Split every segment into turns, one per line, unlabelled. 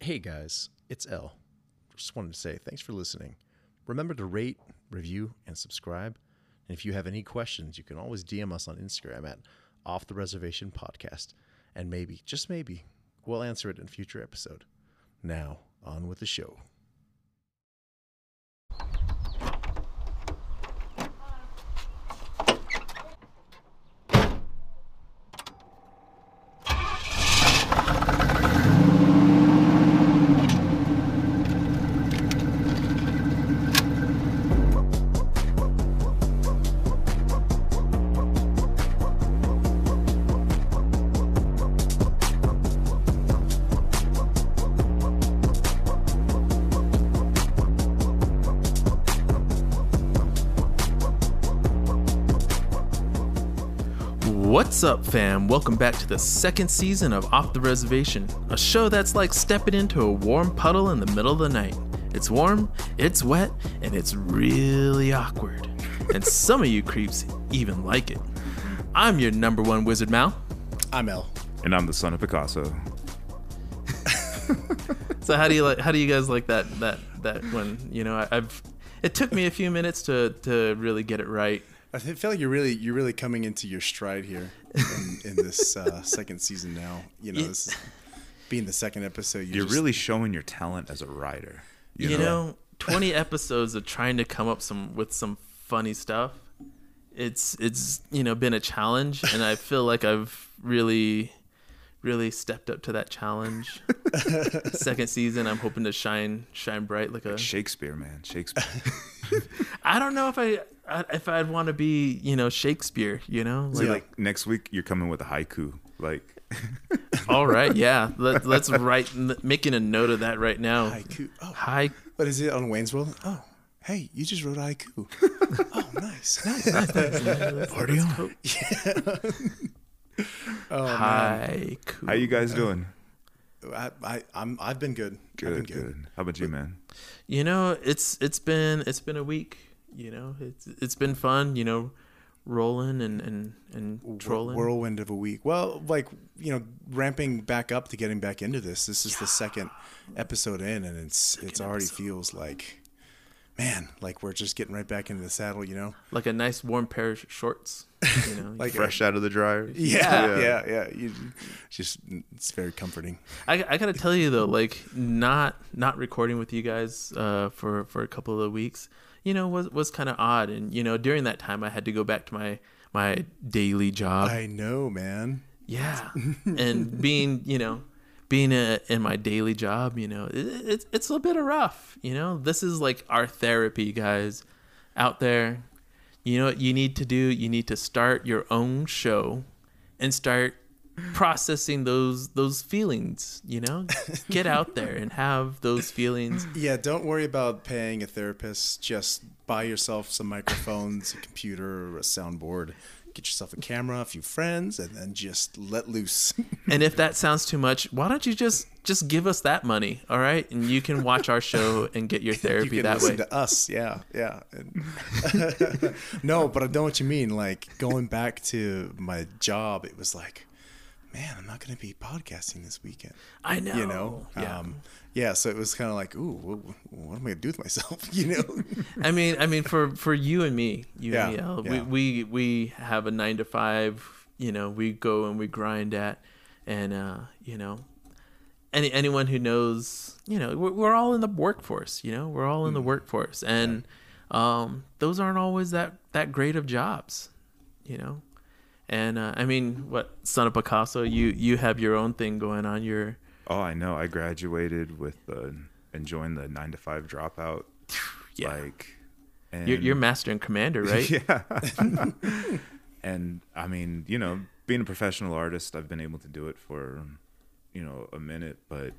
Hey guys, it's L. Just wanted to say thanks for listening. Remember to rate, review, and subscribe. And if you have any questions, you can always DM us on Instagram at Off the Reservation Podcast. And maybe, just maybe, we'll answer it in a future episode. Now, on with the show.
What's up, fam? Welcome back to the second season of Off the Reservation, a show that's like stepping into a warm puddle in the middle of the night. It's warm, it's wet, and it's really awkward. And some of you creeps even like it. I'm your number one wizard, Mal.
I'm L.
And I'm the son of Picasso.
So how do you like? How do you guys like that? That that one? You know, I, I've. It took me a few minutes to to really get it right.
I th- feel like you're really you're really coming into your stride here in, in this uh, second season now. You know,
Yeah.
this is, being the second episode,
You're
just-
really showing your talent as a writer. You,
you
know?
know 20 episodes of trying to come up some with some funny stuff it's it's you know been a challenge and i feel like i've really really stepped up to that challenge second season i'm hoping to shine shine bright like a
Shakespeare, man, Shakespeare.
i don't know if i I- if i'd want to be you know shakespeare you know like,
Yeah.
like next week, you're coming with a haiku. Like,
all right yeah Let, let's write making a note of that right now
haiku. Oh,
hi
what is it on Wayne's World? Oh, hey, you just wrote haiku. oh, nice, nice.
party on Oh, hi
how you guys doing?
I, I, I'm, I've been good. I've been
Good, good. How about you, man?
You know, it's it's been it's been a week. You know, it's it's been fun. You know, rolling and and and trolling.
Whirlwind of a week. Well, like you know, ramping back up to getting back into this. This is the second episode in, and it's it's already feels like, man, like we're just getting right back into the saddle. You know.
like a nice warm pair of shorts. You know,
Like-
Fresh out of the dryer.
Yeah, yeah, yeah. You, just it's very comforting.
I I gotta tell you though, like not not recording with you guys uh for for a couple of weeks, you know, was was kind of odd. And you know, during that time, I had to go back to my my daily job.
I know, man.
Yeah, and being you know, being a, in my daily job, you know, it, it's it's a bit of rough. You know, this is like our therapy, guys, out there. You know what you need to do? You need to start your own show, and start processing those those feelings. You know, get out there and have those feelings.
Yeah, don't worry about paying a therapist. Just buy yourself some microphones, a computer, a soundboard. Get yourself a camera, a few friends, and then just let loose.
And if that sounds too much, why don't you just just give us that money, all right? And you can watch our show and get your
you
therapy
can
that
listen
way.
to us. Yeah, yeah. And- no, but I know what you mean. Like going back to my job, it was like, man, I'm not going to be podcasting this weekend.
I know.
You know,
Yeah.
um, yeah. So it was kind of like, ooh, what, what am I going to do with myself? You know.
I mean, I mean, for for you and me, you and me,
Yeah,
Al,
yeah.
we we we have a nine to five. You know, we go and we grind at, and uh, you know, any anyone who knows, you know, we're, we're all in the workforce. You know, we're all
Mm.
in the workforce, and um, those aren't always that that great of jobs. You know, and uh, I mean, what son of Picasso, you you have your own thing going on. You're
Oh, I know. I graduated with uh, and joined the nine to five dropout.
yeah,
Like, and
you're, you're master and commander, right?
yeah. and I mean, you know, being a professional artist, I've been able to do it for, you know, a minute, but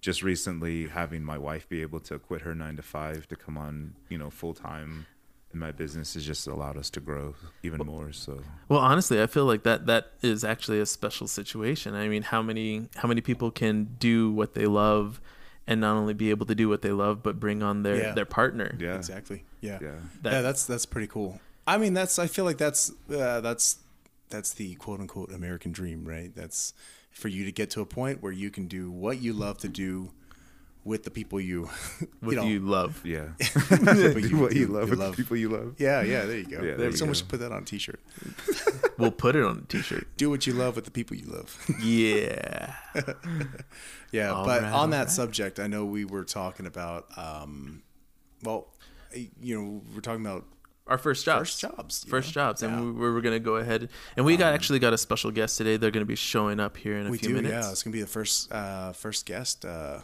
just recently having my wife be able to quit her nine to five to come on, you know, full time in my business has just allowed us to grow even more. So
Well, honestly, I feel like that that is actually a special situation. I mean, how many how many people can do what they love and not only be able to do what they love but bring on their
Yeah.
their partner.
yeah.
exactly yeah
Yeah.
That-
yeah that's that's pretty cool i mean that's i feel like that's uh, that's that's the quote unquote american dream right that's for you to get to a point where you can do what you love to do with the people you,
with
know,
you love.
Yeah.
but
Do what you love with
love.
the people you love.
Yeah, yeah. There you go.
Yeah, there you
Someone
go.
should put that on a T-shirt.
We'll put it on a t-shirt.
Do what you love with the people you love.
Yeah.
yeah,
All
but
right, all
on that
right.
subject, I know we were talking about, um, well, you know, we're talking about
Our first jobs.
First jobs, you
Uh, First
know?
jobs. And we, we were going to go ahead. And we got actually got a special guest today. They're going to be showing up here in a
we
few
do.
minutes
Yeah, it's gonna be the first uh, first guest. Uh,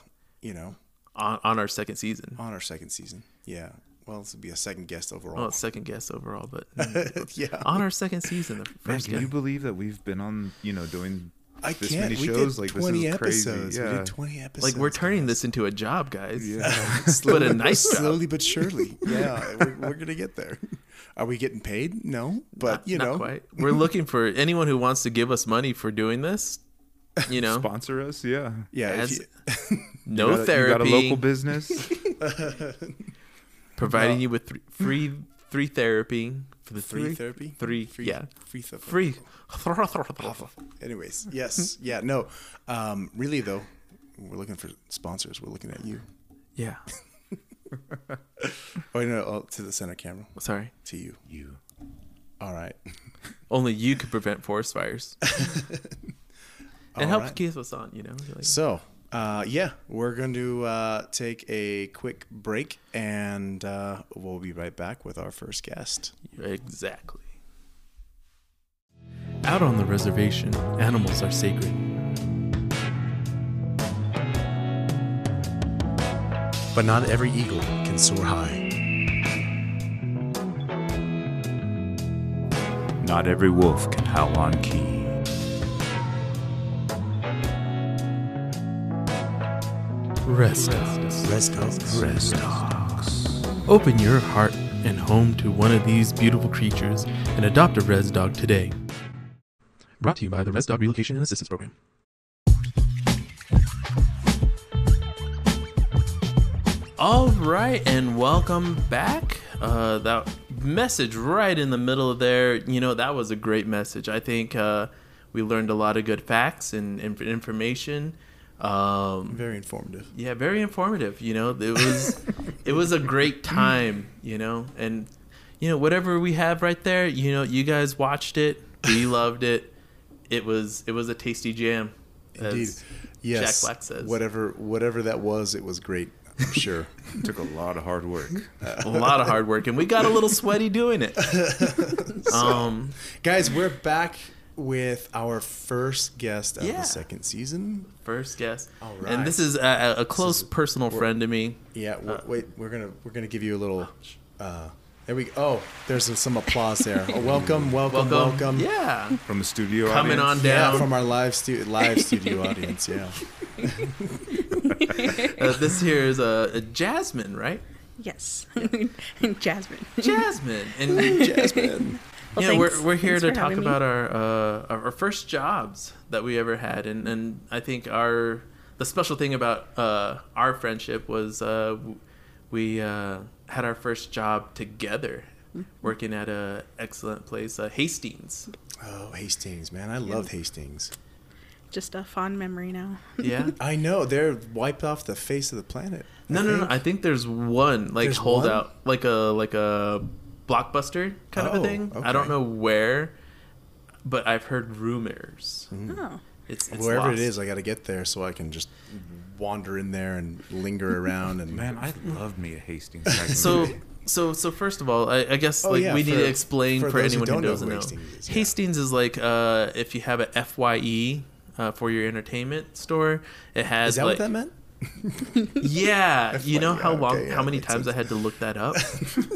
you know,
on, on our second season.
on our second season. Yeah. Well, this would be a second guest
Well,
overall.
it's second guest overall, but mm,
yeah.
on our second season, the
Man,
first
can you
guest.
believe that we've been on, you know, doing
I
this
can't.
many
we
shows?
did
like this
twenty
is crazy.
episodes.
Yeah.
We did twenty episodes.
Like we're turning this into a job, guys.
Yeah.
but a nice job.
slowly but surely. Yeah, we're, we're gonna get there. Are we getting paid? No, but you
Not
know,
quite. We're looking for anyone who wants to give us money for doing this. You know,
Sponsor us, yeah.
yeah. if
As-
you-
no
You got a-
therapy.
You got a local business.
providing you with three, free free therapy for the
Free
three
therapy?
three
Free-
yeah
free therapy.
free
Anyways, yes, yeah, no. Um, really though, we're looking for sponsors. We're looking at you.
yeah
Oh no, oh, to the center camera,
sorry
to you. You. All right.
only you could prevent forest fires it
All
helps
right.
keep us on you know You're like,
So, uh, yeah, we're going to uh, take a quick break, and uh, we'll be right back with our first guest.
exactly out on the reservation animals are sacred
But not every eagle can soar high.
Not every wolf can howl on key.
rest
Rest dogs. Rest
open your heart and home to one of these beautiful creatures and adopt a res dog today brought to you by the res dog relocation and assistance program All right, and welcome back. Uh, that message right in the middle of there, you know, that was a great message. I think uh, we learned a lot of good facts and, and information. Um,
Very informative.
yeah, very informative. You know, it was it was a great time. You know, and you know whatever we have right there. You know, you guys watched it. We loved it. It was it was a tasty jam. as
Indeed. Yes.
Black says.
Whatever, whatever that was, it was great. I'm sure.
Took a lot of hard work.
A lot of hard work, and we got a little sweaty doing it. um,
Guys, we're back with our first guest of
Yeah.
the second season.
first guest,
All
and
right.
this is a, a- a close personal friend to me.
Yeah.
Uh,
w wait, we're gonna we're gonna give you a little. Uh, there we go. Oh, there's some applause there. Oh, welcome, welcome, welcome.
Yeah,
From the studio
Coming
audience.
on
Yeah,
down.
from our live stu- live studio audience. Yeah.
uh, this here is a, a Jasmine, right?
Yes. Jasmine.
Jasmine, and
Jasmine.
Well,
yeah,
thanks-
we're, we're here
thanks
to
for
talk
having me.
about our, uh, our our first jobs that we ever had, and and I think our the special thing about uh, our friendship was uh, w- we uh, had our first job together,
Mm-hmm.
working at a excellent place, uh, Hastings.
Oh, Hastings, man. I love Hastings.
Just a fond memory now.
Yeah.
I know. They're wiped off the face of the planet.
No,
I
no, no.
think.
I think there's one like
There's
holdout, like a like a blockbuster kind of
Oh,
a thing. I
okay.
don't know where, but I've heard rumors.
Oh.
It's, it's
Mm-hmm. Wherever
lost. Mm-hmm.
it is, I got to get there so I can just wander in there and linger around. And
Man, I loved me a Hastings. back in the
So,
day.
so, so first of all, I, I guess
Oh,
like
yeah,
we need
for-
to explain
for
for,
those who
anyone who,
don't know
doesn't
who
know.
Hastings is, yeah.
Hastings is like uh, if you have a Fye uh, for your entertainment store, it
is
has
that
like
what that meant?
yeah. you know
FYE,
how
okay,
long,
yeah,
how many
makes
times
sense.
I had to look that up.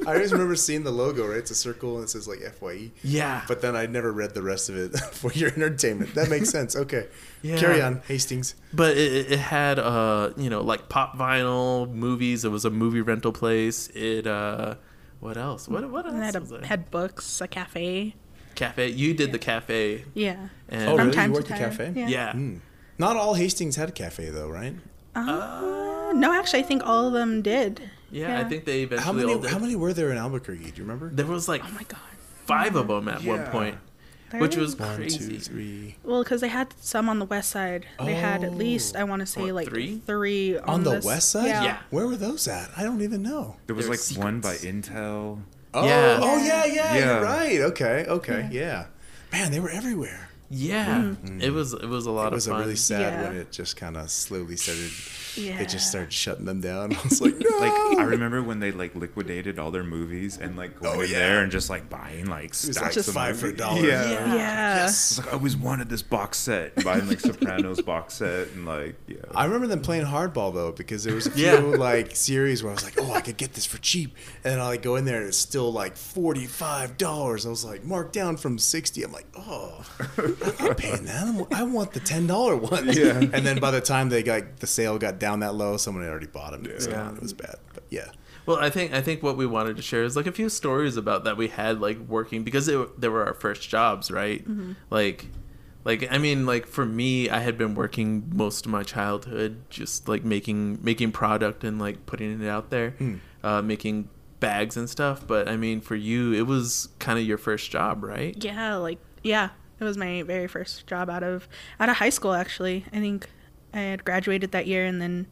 I always remember seeing the logo, right? It's a circle and it says like E. FYE.
yeah,
But then I never read the rest of it for your entertainment. That makes sense. Okay.
Yeah.
Carry on, Hastings.
but it, it- it had uh you know like pop vinyl movies it was a movie rental place it uh what else what what else
And I had,
was
a,
it?
had books, a cafe.
cafe you did the cafe
Yeah.
and
Oh,
From
really? Hmm.
time
You
to
worked at
time.
cafe?
Yeah.
yeah
Not all Hastings had a cafe, though, right?
Uh, no, actually, I think all of them did.
yeah i think they eventually
How
all
many? Oh
did.
How many were there in Albuquerque? Do you remember?
there was like
Oh my god.
Mm-hmm.
five of them at one
Yeah.
point
There
which
it
was
is.
One,
crazy.
two, three.
Well, because they had some on the west side. They had at least I want to say
What,
like
three?
three, on,
On the
this-
west side?
Yeah.
Yeah.
Where were those at? I don't even know.
There was
There are
like one by Intel.
Oh,
Yeah.
oh yeah, yeah,
Yeah.
You're right. Okay, okay, yeah. Man, they were everywhere.
Yeah, it was it was a
Mm-hmm.
lot
It was
of
a
fun.
really sad
Yeah.
when it just kind of slowly started.
Yeah.
They just started shutting them down. I was like, no.
Like I remember when they like liquidated all their movies and like going
Oh,
in
yeah.
there and just like buying like
it's
stacks
like
Just-
of
five for a
movies.
dollar.
Yeah.
Yeah.
Yeah.
It's like I always wanted this box set, buying like Sopranos box set and like yeah.
I remember them playing hardball though because there was a few
Yeah.
like series where I was like, oh, I could get this for cheap, and then I like go in there and it's still like forty five dollars. I was like, marked down from sixty. I'm like, oh, I'm not paying that. I'm, I want the ten dollar one.
Yeah.
And then by the time they got the sale got down that low, someone had already bought them. It was,
Yeah.
gone. It was bad. But yeah.
Well, I think I think what we wanted to share is like a few stories about that we had like working because they were, they were our first jobs, right?
Mm-hmm.
Like, like I mean, like for me, I had been working most of my childhood, just like making making product and like putting it out there,
Mm.
uh, making bags and stuff. But I mean, for you, it was kind of your first job, right?
Yeah, like yeah, it was my very first job out of out of high school. Actually, I think I had graduated that year, and then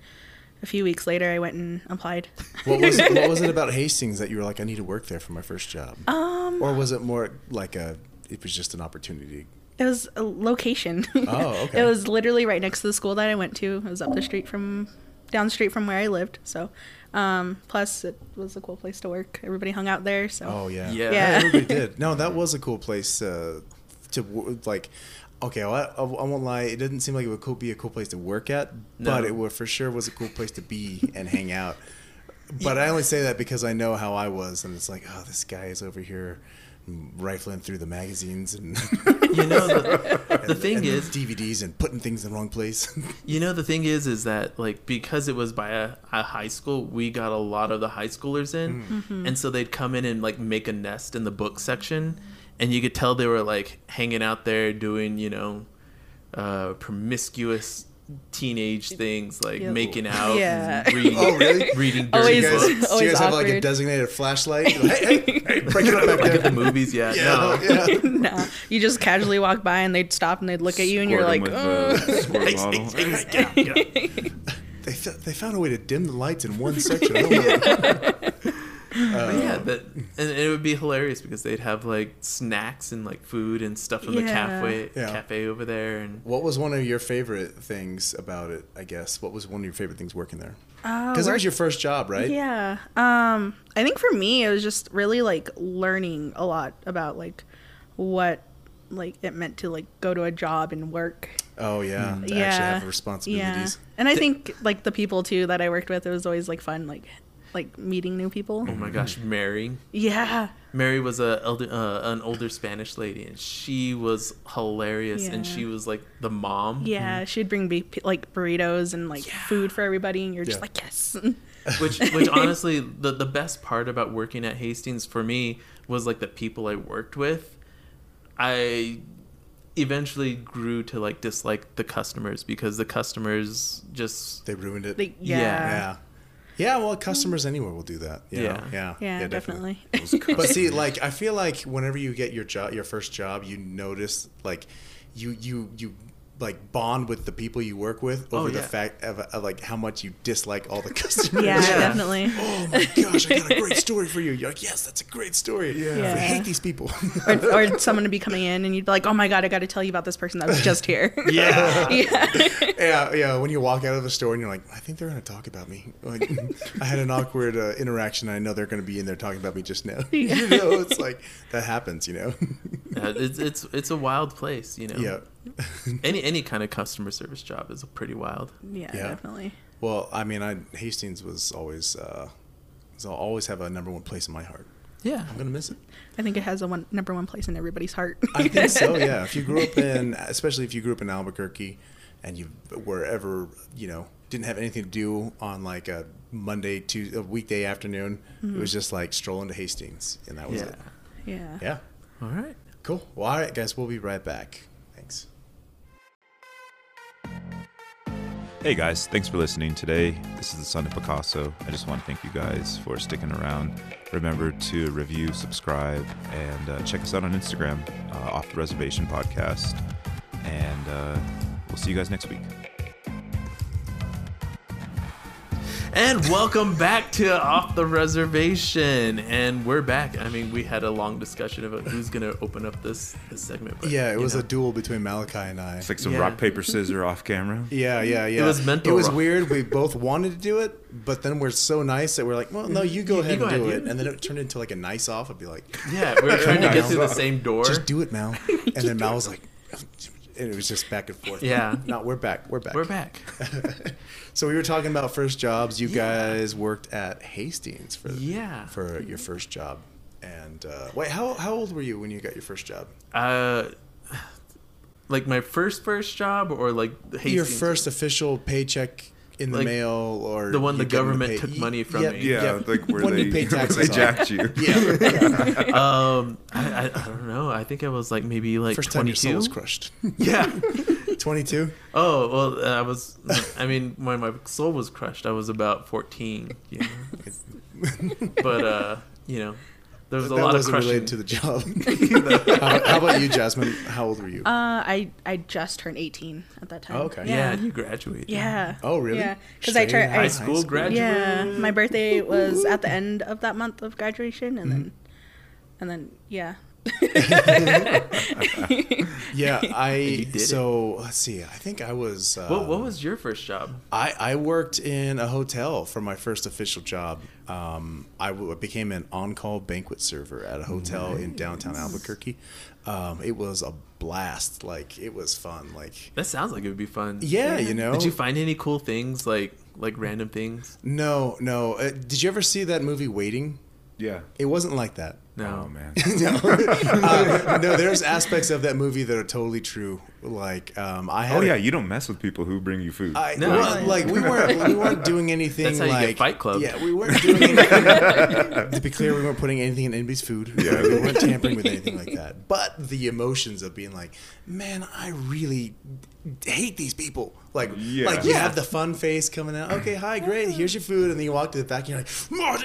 a few weeks later, I went and applied.
What was what was it about Hastings that you were like, I need to work there for my first job?
Um,
or was it more like a? It was just an opportunity.
it was a location.
Oh, okay.
it was literally right next to the school that I went to. It was up the street from, down the street from where I lived. So, um, plus it was a cool place to work. Everybody hung out there. So.
Oh yeah.
Yeah.
Yeah.
They did. No, that was a cool place uh, to wo- like. Okay, well, I, I won't lie. It didn't seem like it would cool, be a cool place to work at, but
No.
it would for sure was a cool place to be and hang out. But I only say that because I know how I was, and it's like, oh, this guy is over here rifling through the magazines and,
You know, the, the thing
and
is,
DVDs and putting things in the wrong place.
You know the thing is, is that like because it was by a, a high school, we got a lot of the high schoolers in,
Mm-hmm.
and so they'd come in and like make a nest in the book section, and you could tell they were like hanging out there doing you know, uh, promiscuous teenage things like
Yeah.
making out,
Yeah.
and reading,
Oh, really?
reading
Always-
dirty
you guys,
books,
do you
always
guys have like a
awkward.
designated flashlight? hey, hey, hey, break it up back there.
the movies. Yeah, no.
yeah.
nah, you just casually walk by and they'd stop and they'd look at you and you're
Squirt 'em
like, "Uh."
with the squirt bottle.
They, fo- they found a way to dim the lights in one section. I don't know.
But yeah, that and it would be hilarious because they'd have like snacks and like food and stuff in the
Yeah.
cafe
Yeah.
cafe over there and.
What was one of your favorite things about it? I guess what was one of your favorite things working there?
Oh,
Because it
work-
was your first job, right?
Yeah. Um I think for me it was just really like learning a lot about like what like it meant to like go to a job and work.
Oh yeah,
Mm.
to actually
yeah.
have responsibilities.
Yeah. And I think like the people too that I worked with it was always like fun like like meeting new people.
Oh my gosh, Mary.
Yeah.
Mary was a elder, uh, an older Spanish lady, and she was hilarious. And
Yeah.
she was like the mom,
Yeah, she'd bring be- like burritos and like food for everybody and you're just
Yeah.
like, "Yes."
which which honestly, the the best part about working at Hastings for me was like the people I worked with. I eventually grew to like dislike the customers because the customers just
They ruined it.
Like
Yeah.
yeah. Mm.
yeah, yeah. Well, customers anywhere will do that. you know?
Yeah.
yeah, yeah,
Yeah, definitely.
but see like i feel like whenever you get your job your first job you notice like you you you like bond with the people you work with
Oh,
over the
yeah.
fact of, of like how much you dislike all the customers
Yeah,
Yeah.
definitely.
oh my gosh i got a great story for you you're like yes that's a great story
Yeah.
i hate these people
or, or someone would be coming in and you'd be like, "Oh my god, I got to tell you about this person that was just here."
yeah.
yeah.
yeah yeah when you walk out of the store and you're like i think they're going to talk about me like, i had an awkward uh, interaction i know they're going to be in there talking about me just now you know it's like that happens you know
Uh, it's it's it's a wild place, you know.
yeah
Any any kind of customer service job is pretty wild.
Yeah,
Yeah.
definitely.
Well, I mean, I Hastings was always, uh, so I'll always have a number one place in my heart.
Yeah.
I'm gonna miss it.
I think it has a one number one place in everybody's heart.
I think so. Yeah. If you grew up in, especially if you grew up in Albuquerque, and you were ever, you know, didn't have anything to do on like a Monday, Tuesday, a weekday afternoon, it
Mm-hmm.
was just like strolling to Hastings, and that was
Yeah.
it.
yeah.
Yeah.
All right.
Cool. Well, all right, guys, we'll be right back. Thanks.
Hey guys, thanks for listening today. This is the son of Picasso. I just want to thank you guys for sticking around. Remember to review, subscribe, and uh, check us out on Instagram, uh, Off the Reservation Podcast. And uh, we'll see you guys next week.
And welcome back to Off the Reservation. And we're back. I mean, we had a long discussion about who's going to open up this, this segment. but,
Yeah, it
you
was
know.
a duel between Malachi and I.
It's like some
Yeah.
rock, paper, scissor off camera.
Yeah, yeah, yeah.
was mental
It was
rock.
weird. We both wanted to do it, but then we're so nice that we're like, well, no, you go
You-
ahead
you go
and do
ahead,
it.
yeah.
And then it turned into like a nice off. I'd be like,
Yeah, we were trying to get through the same door.
just do it, Mal. And then Mal was like, and it was just back and forth.
Yeah.
No, we're back. We're back.
We're back.
So we were talking about first jobs. You guys worked at Hastings for
Yeah.
for your first job. And uh, wait, how how old were you when you got your first job?
Uh, like my first first job, or like the
your
Hastings-
first official paycheck in the
Like,
mail, or
the one
you
the
getting
government
pay-
took money from
Yep,
me.
Yeah,
yep.
like where
when
they,
you pay
where
taxes
they
on.
jacked you.
Yeah, yeah.
Um, I, I, I don't know. I think I was like maybe like
first time your soul
twenty-two.
was crushed.
Yeah.
Twenty-two.
Oh well, I was. I mean, when my soul was crushed, I was about fourteen. You know? but uh, you know, there was a
that
lot of
wasn't
crushing.
related to the job. how, how about you, Jasmine? How old were you?
Uh, I I just turned 18 at that time.
Oh, okay.
yeah.
Yeah.
you graduated.
Yeah.
oh, really?
Yeah, because I
Straight
turned.
out of
I-
High school graduate.
Yeah, my birthday was at the end of that month of graduation,
Mm-hmm.
and then, and then yeah.
Yeah, I.
did it.
So let's see. I think I was. Uh,
What What was your first job?
I, I worked in a hotel for my first official job. Um, I w- became an on call banquet server at a hotel in downtown Albuquerque. Um, it was a blast. Like, it was fun. Like,
That sounds like it would be fun.
yeah, you know.
Did you find any cool things like like random things?
no, no. Uh, did you ever see that movie Waiting?
Yeah.
It wasn't like that.
No.
Oh, man.
Uh, no, there's aspects of that movie that are totally true. Like, um, I had
Oh,
a-
yeah, you don't mess with people who bring you food.
I,
No.
well, like we weren't we weren't doing anything.
That's how you get
like,
Fight Club.
Yeah, we weren't doing anything. to be clear, we weren't putting anything in anybody's food.
Yeah.
we weren't tampering with anything like that. But the emotions of being like, man, I really d- hate these people. Like,
Yeah.
like you
Yeah.
have the fun face coming out. Okay, hi, great. Here's your food, and then you walk to the back, and you're like, "Mord-"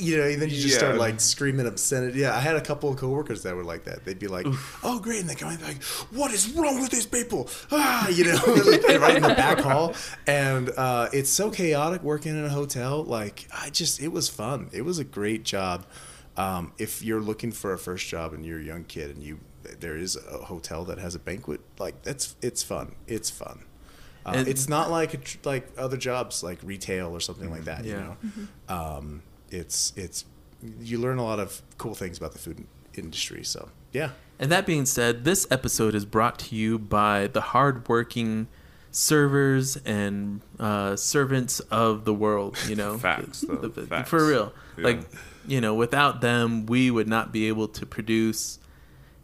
you know, and then you just
Yeah.
start like screaming obscenity. Yeah, I had a couple of coworkers that were like that. They'd be like, "Oh, great," and they come in like, "What is wrong with these people?" Ah, you know, right in the back hall, and uh, it's so chaotic working in a hotel. Like, I just, it was fun. It was a great job. Um, if you're looking for a first job and you're a young kid and you, there is a hotel that has a banquet, like that's it's fun. It's fun. Uh,
And-
it's not like a tr- like other jobs like retail or something like that. You
Mm-hmm. Yeah.
know, um, it's it's you learn a lot of cool things about the food industry. So yeah,
And that being said, this episode is brought to you by the hardworking servers and uh, servants of the world. You know,
Facts, though. Facts.
for real.
Yeah.
Like, you know, without them, we would not be able to produce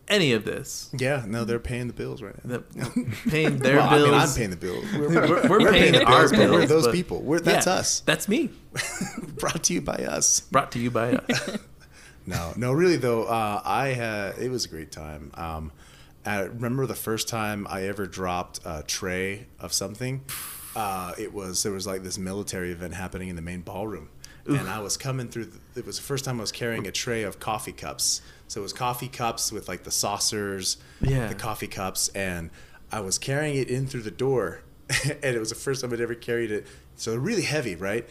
any of this.
yeah. No, they're paying the bills right now.
That paying their
well,
bills.
I mean, I'm paying the bills. We're,
we're, we're paying,
the
our
bills, but
bills.
we're those
but-
people. We're, that's
Yeah,
us.
That's me.
Brought to you by us.
Brought to you by us.
No, no, really though. Uh, I had it was a great time. Um, I remember the first time I ever dropped a tray of something. Uh, it was there was like this military event happening in the main ballroom, and I was coming through. The, it was the first time I was carrying a tray of coffee cups. So it was coffee cups with like the saucers,
Yeah.
the coffee cups, and I was carrying it in through the door, and it was the first time I'd ever carried it. So really heavy, right?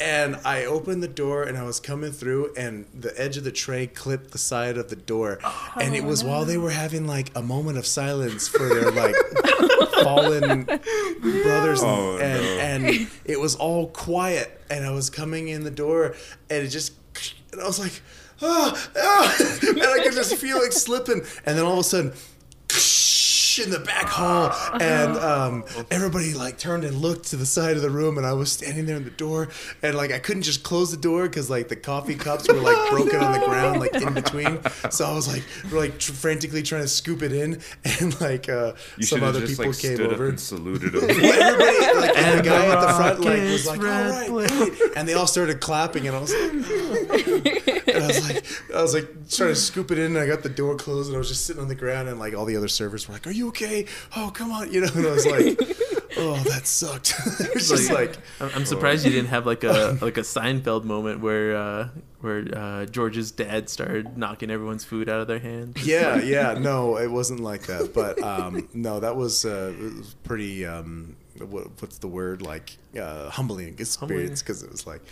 And I opened the door, and I was coming through, and the edge of the tray clipped the side of the door, and it was while they were having like a moment of silence for their like fallen brothers, and-
Oh,
and
no.
and it was all quiet and i was coming in the door and it just and i was like oh, oh and i could just feel it slipping and then all of a sudden in the back hall and um, everybody like turned and looked to the side of the room and i was standing there in the door and like i couldn't just close the door because like the coffee cups were like broken on the ground like in between so i was like like tr- frantically trying to scoop it in and like uh,
you should
some
have
other
just
people
like
came
stood up
over
and saluted them.
well, everybody, like, and the guy at the front, like,
Rockets
was like, "All right," great." and they all started clapping, and I was like, and I was like, I was like trying to scoop it in, and I got the door closed, and I was just sitting on the ground, and like all the other servers were like, "Are you okay? Oh, come on," you know, and I was like. oh, that sucked. it was just like,
I'm, I'm surprised you didn't have like a like a Seinfeld moment where uh, where uh, George's dad started knocking everyone's food out of their hands.
yeah, yeah. No, it wasn't like that. But um, no, that was, uh, it was pretty. Um, what, what's the word? Like uh, humbling experience because it was like.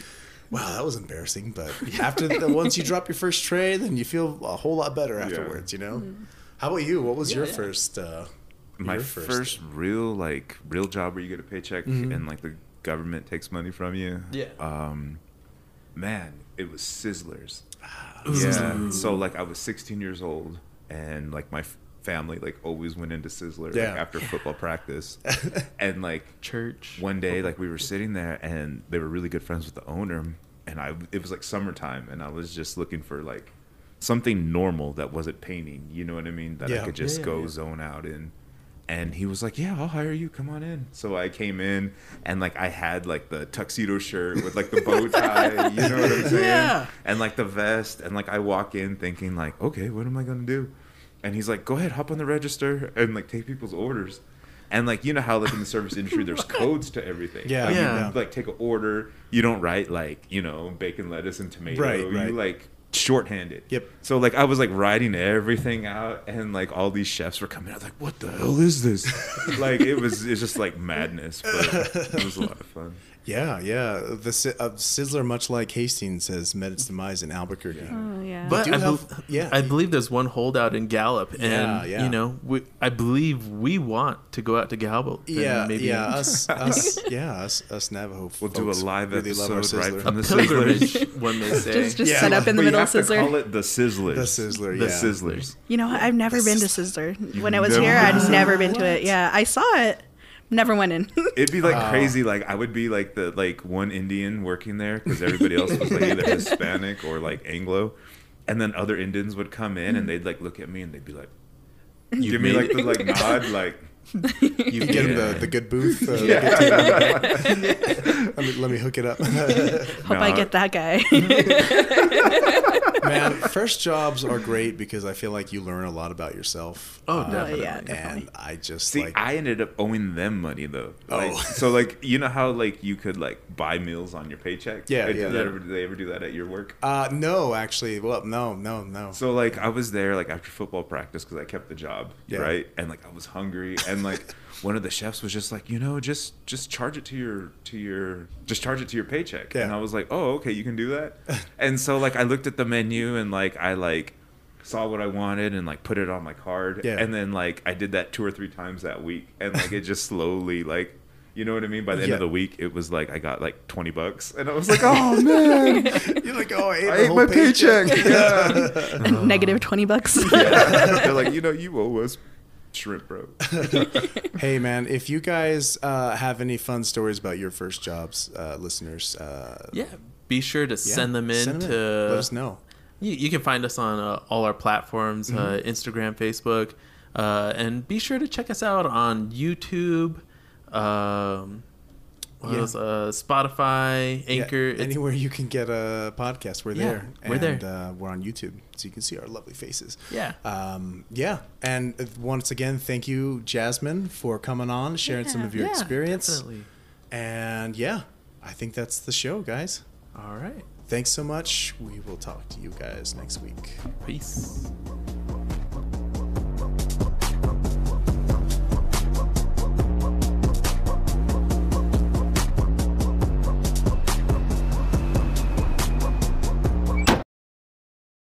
Wow, that was embarrassing. But after the, once you drop your first tray, then you feel a whole lot better afterwards. You know. How about you? What was your
yeah.
first? Uh,
my
your
first, real like real job where you get a paycheck and like the government takes money from you.
Yeah.
Um, man, it was Sizzlers. Yeah. So like I was 16 years old and like my f- family like always went into Sizzler
Yeah.
like after football practice, and like
Church.
one day like we were sitting there and they were really good friends with the owner and i it was like summertime and i was just looking for like something normal that wasn't painting you know what i mean that
Yeah.
i could just
Yeah,
go
yeah.
zone out in and he was like yeah i'll hire you come on in so i came in and like i had like the tuxedo shirt with like the bow tie you know what i'm saying
Yeah.
and like the vest and like i walk in thinking like okay what am i gonna do and he's like go ahead hop on the register and like take people's orders and like you know how like in the service industry there's codes to everything
Yeah,
like,
yeah.
you, like take an order you don't write like you know bacon lettuce and tomato
Right,
you
right.
like shorthand it
Yep.
so like i was like writing everything out and like all these chefs were coming out like what the hell is this like it was it's just like madness but it was a lot of fun
Yeah, yeah. The Si- uh, Sizzler, much like Hastings, has met its demise in Albuquerque.
Oh yeah.
But
do
I,
have-
bel-
yeah.
I believe there's one holdout in Gallup, and
Yeah, yeah.
you know, we, I believe we want to go out to Gallup. and
Yeah, yeah. Us, us, yeah. Us, us Navajo.
We'll do a
folks
live
really love our
episode right
Sizzler.
from the
pilgrimage,
Sizzlers.
one may say.
just just
Yeah,
set up in the
But you
middle of
have to
Sizzler.
call it the Sizzlers.
The Sizzler,
The
yeah.
Sizzlers.
You know, what? I've never been to Sizzler. When I was
never
here,
been to
I'd
Sizzler?
never been to it. Yeah, I saw it, never went in.
It'd be like
Oh.
crazy. Like I would be like the like one Indian working there because everybody else was like either Hispanic or like Anglo, and then other Indians would come in
Mm.
and they'd like look at me and they'd be like,
You
give me
made
like
it.
the like nod like.
You
Get him
made
the,
it.
the good booth. Uh,
Yeah.
let, me, let me hook it up.
Hope I
No.
get that guy.
Man, first jobs are great because I feel like you learn a lot about yourself.
Oh,
Uh,
definitely.
yeah, definitely.
and I just
See,
like
I ended up owing them money though. Like,
Oh.
so like you know how like you could like buy meals on your paycheck.
Yeah,
Did
yeah.
that ever- did they ever do that at your work?
uh, no, actually, well, no, no, no.
So like I was there like after football practice because I kept the job,
Yeah.
right? And like I was hungry, and like one of the chefs was just like, you know, just just charge it to your to your just charge it to your paycheck. And
Yeah.
I was like, oh, okay, you can do that. and so like I looked at the menu and like I like saw what I wanted and like put it on my card.
Yeah.
And then like I did that two or three times that week, and like it just slowly like. You know what I mean? By the end
Yeah.
of the week, it was like I got like twenty bucks, and I was like, "Oh man,
You're like, oh, I ate,
I
the
ate
whole
my
paycheck.
paycheck. Yeah.
Negative twenty bucks.
They're like, you know, you owe us shrimp, bro.
Hey man, if you guys uh, have any fun stories about your first jobs, uh, listeners, uh,
Yeah, be sure to
yeah,
send them in to
Let us know.
You, you can find us on uh, all our platforms uh,
Mm-hmm.
Instagram, Facebook, uh, and be sure to check us out on YouTube, um, what
Yeah.
else, uh, Spotify,
Yeah,
Anchor. It's-
anywhere you can get a podcast, we're
Yeah,
there.
we're there.
And, Uh, we're on YouTube, so you can see our lovely faces.
Yeah.
Um, yeah. And uh, once again, thank you, Jasmine, for coming on, sharing some
Yeah,
of your
yeah,
experience.
definitely.
And yeah, I think that's the show, guys.
All right.
Thanks so much. We will talk to you guys next week.
Peace.